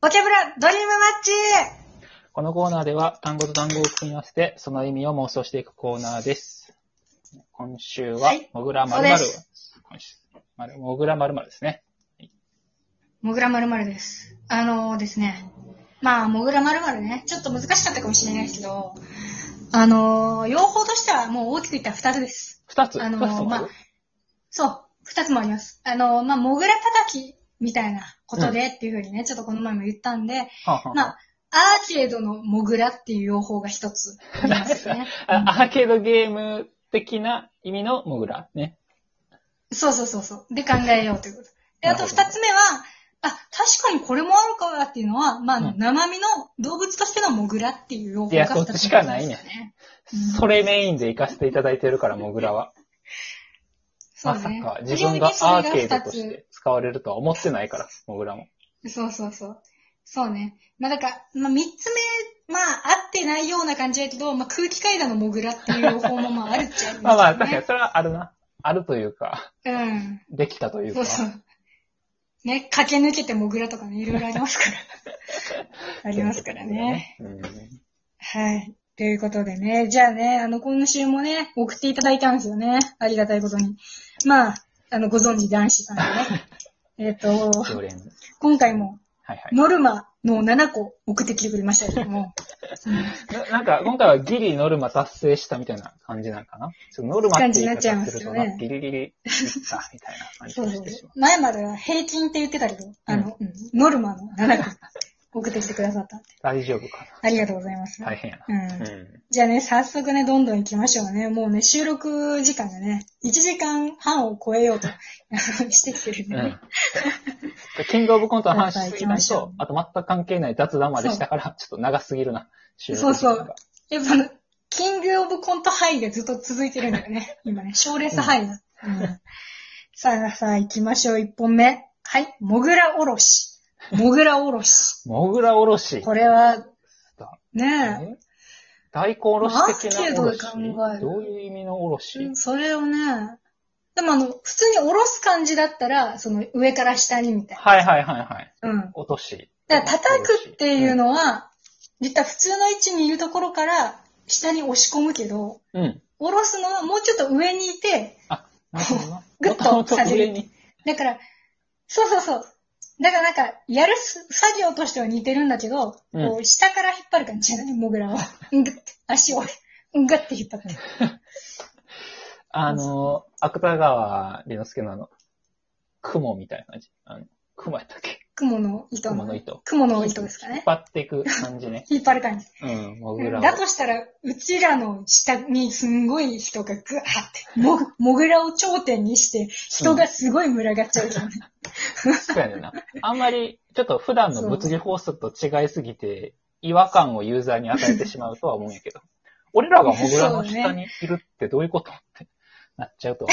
ボキャブラドリームマッチこのコーナーでは単語と単語を組み合わせて、その意味を妄想していくコーナーです。今週ははい、もぐらまそうるでまるすもぐらまるまるですね。もぐらまるまるです。あのーですね。まあ、もぐらまるまるね。ちょっと難しかったかもしれないですけど、あのー、用法としてはもう大きく言ったら二つです。二つ、あのー二つもあるまあそう。二つもあります。あのー、まあ、もぐら叩きみたいなことでっていうふうにね、ちょっとこの前も言ったんで、はあはあまあ、アーケードのもぐらっていう用法が一つありますね。あアーケードゲーム的な意味のもぐらね。そうそうそうそう。で考えようということ。で、あとなる二ほどつ目は、あ、確かにこれもあるからっていうのは、まあ、あのうん生身の動物としてのモグラっていう用法いがや二つ目そっちしかないねですよね。うんそれメインで行かせていただいてるから、もぐらは。そうでますさね。か、個自人分的がにそれアーケード二とつして使われるとは思ってないから、もぐらも。そうそうそう。そうね。まあ、だから、まあ、三つ目、まあ、合ってないような感じだけど、まあ、空気階段のモグラっていう用法もまあ、あるっちゃあり まあままあ、す確かよにそれはあるな。あるというか、ね。うん。できたというそかう。そう。ね、駆け抜けてモグラとかね、いろいろあります から。ありますからね。うん。はい。ということでね、じゃあね、あの、今週もね、送っていただいたんですよね。ありがたいことに。まあ、あの、ご存知男子さんで ね。えっと、常連。はい今回も、はい。ノルマの7個送ってきてくれましたけども。ななんか、今回はギリノルマ達成したみたいな感じなんかなちょっとノルマって言感じい方するとになっちゃいますよねな、ギリギリいったみたいな感じそうがそうしてしまう。前までは平均って言ってたけど、あの、うんノルマの7個送ってきてくださったんで。大丈夫かありがとうございます。な大変やうな。ん。うん。じゃあね、早速ね、どんどん行きましょうね。もうね、収録時間がね、1時間半を超えようと してきてるんでうねん。キングオブコントの話まあしすぎない行きましょうと、あと全く関係ない雑談までしたから、ちょっと長すぎるな。収録時間がやっぱあの、キングオブコントハイがずっと続いてるんだよ ね。今ね、賞レースハイが。うんさあさあ行きましょう、一本目。はい、モグラおろし。モグラおろし。モグラおろし。これは、ねえ大根おろし的アなおろしーケードで考えるどういう意味のおろえし、、それをね、でもあの、普通におろす感じだったら、その上から下にみたいはいはいはいはい。な。うん。落とし。だから叩くっていうのは、実は普通の位置にいるところから下に押し込むけど、うん。うん。下ろすのはもうちょっと上にいて、あ、なるほどな。 グッともともと上に。だから、そうそうそう。だからなんか、やるす作業としては似てるんだけど、うんこう下から引っ張る感じじゃないモグラを。うんぐって、足を、うんぐって引っ張って。あの、芥川龍之介のあの、雲みたいな感じ。あの、雲やったっけ雲の糸雲の糸雲の糸ですか引っね。。張っていく感じ ね引っ張る感じ。うん、モグラを。だとしたら、うちらの下にすんごい人がぐわって、もぐ、もぐらを頂点にして、人がすごい群がっちゃうけどね。そうやねんな。あんまり、ちょっと普段の物理法則と違いすぎて、違和感をユーザーに与えてしまうとは思うんやけど。 俺らがモグラの下にいるってどういうことってなっちゃうとは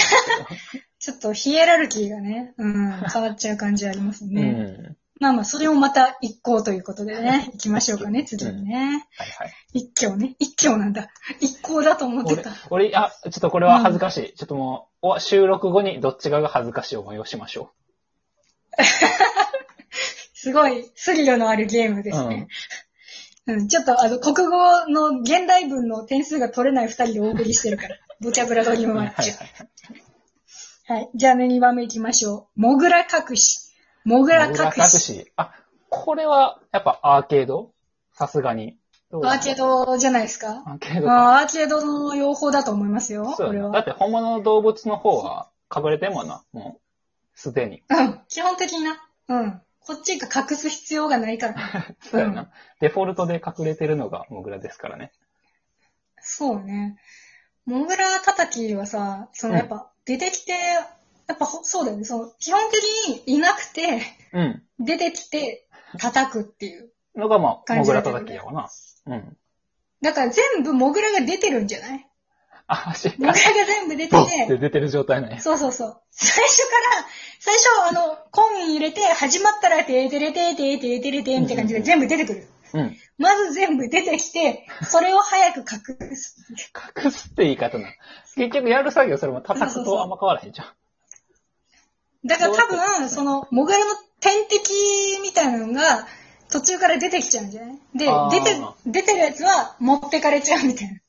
ちょっとヒエラルキーがね、うん、変わっちゃう感じあります思うけど。うね。ん。まあまあ、それをまた一行ということでね、行きましょうかね、次にね。はいはい。一挙ね。一挙なんだ。一行だと思って俺た。、俺、あ、ちょっとこれは恥ずかしい。ちょっともう、お収録後にどっちかが恥ずかしい思いをしましょすごいスリルのあるゲームう。ですね。うん、ちょっとあの、国語の現代文の点数が取れない二人でお送りしてる から。ボキャブラドリーうムん。はマいッはいチ。はい。はい。じゃあね、二番目行きましょう。モグラ隠し。モグラモ隠グラし。隠し。あ、これは、やっぱアーケードさすがに。どうアーケー。ドじゃないですかアーケードか。あーアーケードの用法だと思いますよ、そうこれやな。だは。って本物の動物の方は隠れてんもんな、もう。すでに。うん。基本的にな。うん。こっちが隠す必要がないから。そうやな。うんデフォルトで隠れてるのがモグラですからね。そうね。モグラ叩きはさ、そのやっぱ出てきて、やっぱほそうだよね。その基本的にいなくて、うん。出てきて叩くっていう。のがまあ、感モじだグラけどね叩きやわな。うん。だから全部モグラが出てるんじゃないあ、足モグラがが全部出てボッってて、出てる状態なんや。そうそうそう。最初から、最初あの、コイン入れて、始まったら、てーてれてーてーてーてれてーみたいな感じで全部出てくる。うん。まず全部出てきて、それを早く隠す。隠すって言い方な。結局やる作業それも叩そうくそうそうとあんま変わらへんじゃん。だから多分、その、モグラの天敵みたいなのが、途中から出てきちゃうんじゃないであ、ー出て、出てるやつは持ってかれちゃうみたいな。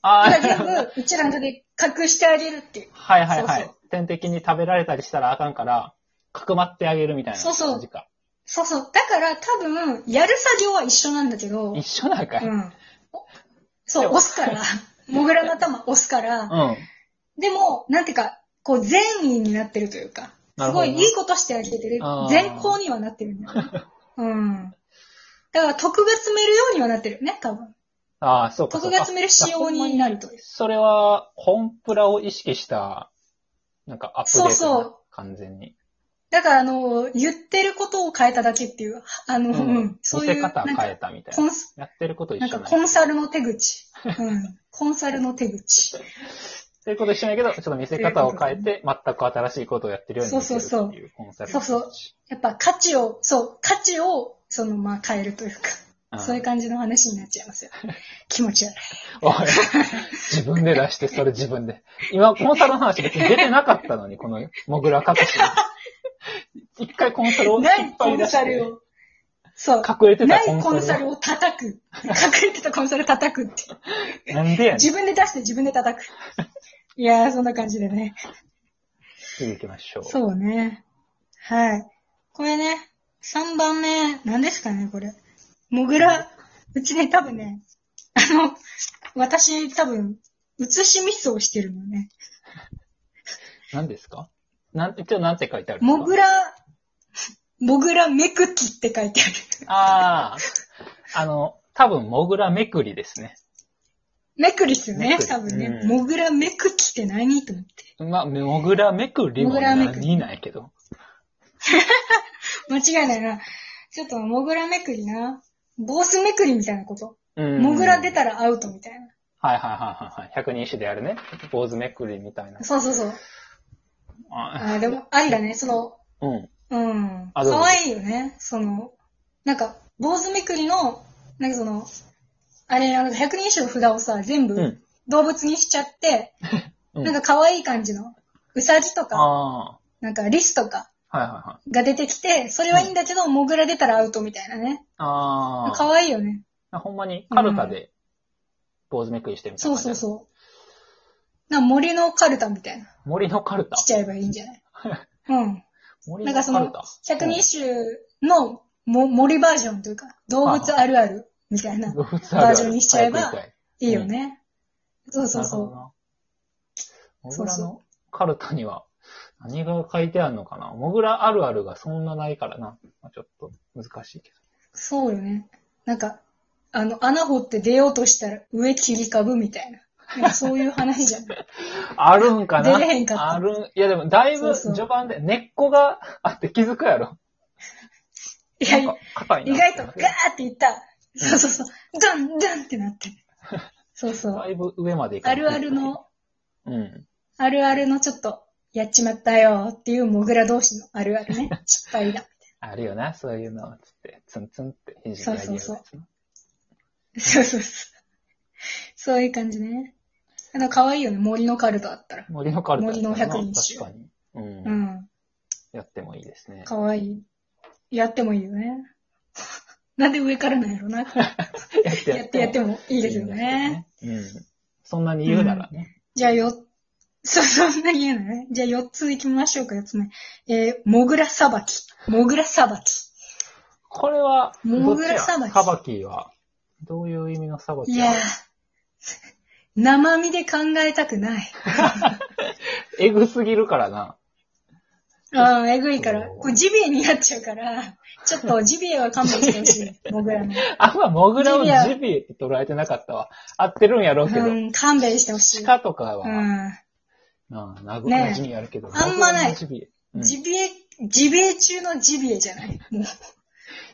あだから全あ、部、うちらの時隠してあげるっていう。はいはいはそういそ。天敵に食べられたりしたらあかんから、かくまってあげるみたいなそうそう感じか。そうそう。だから多分、やる作業は一緒なんだけど、一緒なんかい。ううん。ん。おそう、押すから。モグラの頭押すから。でも、なんていうか、こう善意になってるというか、なするほごどいいいことしてあげてるあー。善行にはなってるんだ よね。うん。だから、徳が積めるようにはなってるよね、多分。ああ、そうかそ徳うがか。積める仕様になるという。それは、コンプラを意識した、なんかアップデートだな。そうそう完全に。だから、あの、言ってることを変えただけっていう、あの、うん、そうい見せう、方なん変か、えたみたいコな。ンスやってること一なん緒かなんコやンサルの手 口。うん。コンサルの手口。やってること一緒やけど、ちょっと見せ方を変えて、全く新しいことをやってるように見せるってそうそういうコンサルそうそうやっぱ価値を、そう、価値を、その、まあ、変えるというか、うんそういう感じの話になっちゃいますよ。気持ち悪い。おい、自分で出して、それ自分で。今、コンサルの話別に出てなかったのに、このモグラ隠し。一回コンサルを引っない張コりン出サして、ルを。そう。隠れてたないコンサルコをンサルを叩く。隠れてたコンサル叩くって。なんでやねん。自分で出して自分で叩 く。いやー、そんな感じでね。次行きましょう。そうね。はい。これね、3番目、何ですかね、これ。モグラ、うちね、多分ね、あの、私、多分、写しミスをしてるのね。何ですかなん、一応なんて書いてあるんですかモグラ、モグラめくきって書いてある。ああ、あの、多分、モグラめくりですね。めくりっすよめねく、り多分ね。うんモグラめくきって何と思って。まあ、モグラめくりもモグラめくり何なんやけど。間違いないな。ちょっと、モグラめくりな。ボースめくりみたいなこと。うんモグラ出たらアウトみたいな。はいはいはいはいはい。百人一首でやるね。坊主めくりみたいな。そうそうそう。ああーでも、ありだね。その、うん。うん。あどうぞ可愛いよね。その、なんか、坊主めくりの、なんかその、あれ、あの、百人一首の札をさ、全う部ん。動物にしちゃって、 うんなんか可愛い感じの、ウサギとか、あなんかリスとかあー。はいはいはい。が出てきて、それはいいんだけど、モグラ出たらアウトみたいなね。ああ。可愛いよね。ほんまに、カルタで、坊主めくりしてみたいそなう感じそうそう。なんか森のカルタみたいな。森のカルタし。ちゃえばいいんじゃ ないうん。森なんのかそカルのタ。、百人一首のも森バージョンというか、動物あるあるみたいな。動物バージョンにしちゃえば早く行こいいよね。そうそうそう。う。モそグうラのそカルタには、何が書いてあるのかなモグラあるあるがそんなないからな。まあちょっと難しい けう。そうよね。なんか、あの、穴掘って出ようとしたら上切り株みたいな。なんかそういう話じゃ ない。ど。あるんかな出れへんかったあるん。いやでも、だいそぶうそう序盤で根っこがあって気づくやろ。いなやんか硬いな。意外とガーっていった。そうそうそう。ガンガンってなって。そう そだう。いぶ上まで行かあなるあるの、うん。あるあるのちょっと、やっちまったよっていうモグラ同士のあるある ね。失敗だ。あるよな、そういうの。つって、ツンツンって肘に上げるやつそうそうそうそうそう。そういう感じね。あの、可愛いよね。森のカルトあったら。森のカルタやったらな。森の百人一確かに。うん。うん。やってもいいですね。可愛いやってもいいよね。なんで上からなんやろな。やってやってやってもいいですよね。いいんですよね。うん。そんなに言うならね。じゃあよ、そう、そんなに言うのね。じゃあ4つ行きましょうか、4つ目。えー、モグラさばき。モグラさばき。これは、どモっグちやラささばばききは、どういう意味のさばきいやーは、生身で考えたくない。えぐすぎるからな。うん、えぐいから。そうこれジビエになっちゃうから、ちょっとジビエは勘弁してほ しい。モグラの。あんまモグラをジビエジビエって捉えてなかったわ。合ってるんやろうけど。うん、勘弁してほしい。鹿とかうは、ん。なあ、なぐ、ねえ馴染みあるけど。あんまないモグラのジビエ。うんジビエ、ジビエ中のジビエじゃない。もう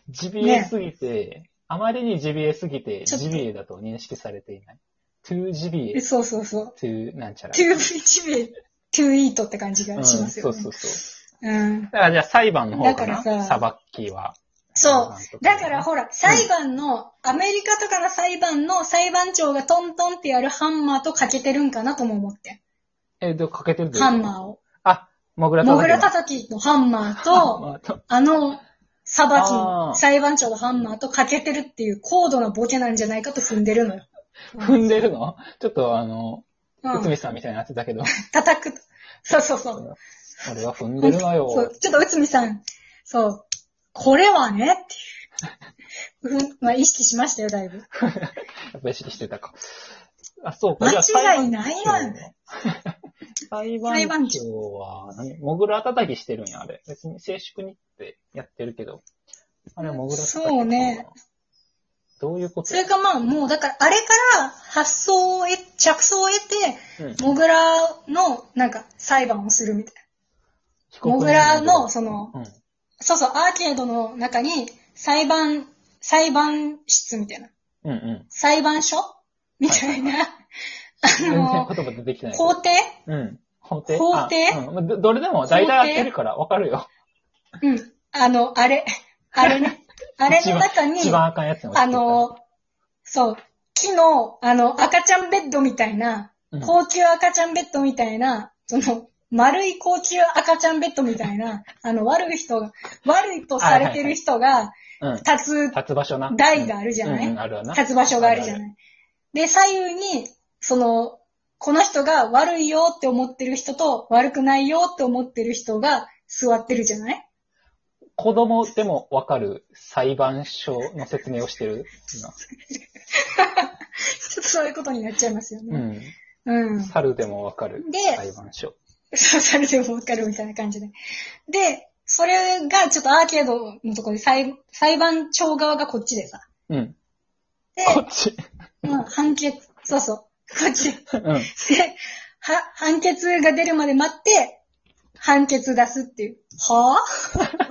ジビエすぎて、あまりにジビエすぎて、ちょっとジビエだと認識されていない。トゥージビえエ、そうそうそう。トゥーなんちゃら。トゥージビエ、トゥーイートって感じうがん、しますそようね。そうそう。うん。だからじゃあ裁判の方かな。だからさサバッキーは。そう。うだからほら、裁判の、アメリカとかの裁判の裁判長がトントンってやるハンマーとかけてるんかなとも思って。え、ど、かけてるハンー。マーを。あ、モグラ叩きモの。グラ叩きのハンマーハンと、マーと。あの、裁きのあー裁判長のハンマーと欠けてるっていう高度なボケなんじゃないかと踏んでるのよ。踏んでるのちょっとあの、う内ん。海さんみたいになってたけど、叩くと。そうそうそう。俺は踏んでるのよ。そう、ちょっと内海さん、そう、これはね、っていう。うん、 まあ、意識しましたよ、だいぶ。やっぱ意識してたか。あ、そうか。間じゃあ裁違い 判ないわね。裁裁判判長は、何モグラ叩きしてるんや、あれ。別に静粛にってやってるけど。あれはモグラ叩きかなそうね。どういうことそれかまあ、もう、だから、あれから発想を得、着想を得て、うんモグラの、なんか、裁判をするみたいな。被告人モグラの、その、うん。そうそう、アーケードの中に、裁判、裁判室みたいな。うんうん。裁判所みたいな。あ全然の、言葉出てきてないけど。法廷うん。法廷法廷あうんどどれでも大体やってるからわかるよ。うん。あの、あれ、あれ ね。あれの中に、一番あかんやつに落ちあてた、の、そう、木の、あの、赤ちゃんベッドみたいな、うん高級赤ちゃんベッドみたいな、その、丸い高級赤ちゃんベッドみたいな、あの、悪い人が、悪いとされてる人がうん。立立つ場所な。つ台があるじゃない、うんうん、あるわな。立つ場所があるじゃい。ない。で、左右に、その、この人が悪いよって思ってる人と、悪くないよって思ってる人が座ってるじゃない子供でもわかる裁判所の説明をしてるちょっとそういうことになっちゃいますよな。うね。ん。うん。猿でもわかるで裁判所。そうされてもわかるみたいな感じで。で、それがちょっとアーケードのところで裁裁判長側がこっちでさ。うん。で、こっち。 まあ、判決、そうそう、こっちで。うん。で、は、判決が出るまで待って、判決出すっていう。はぁ、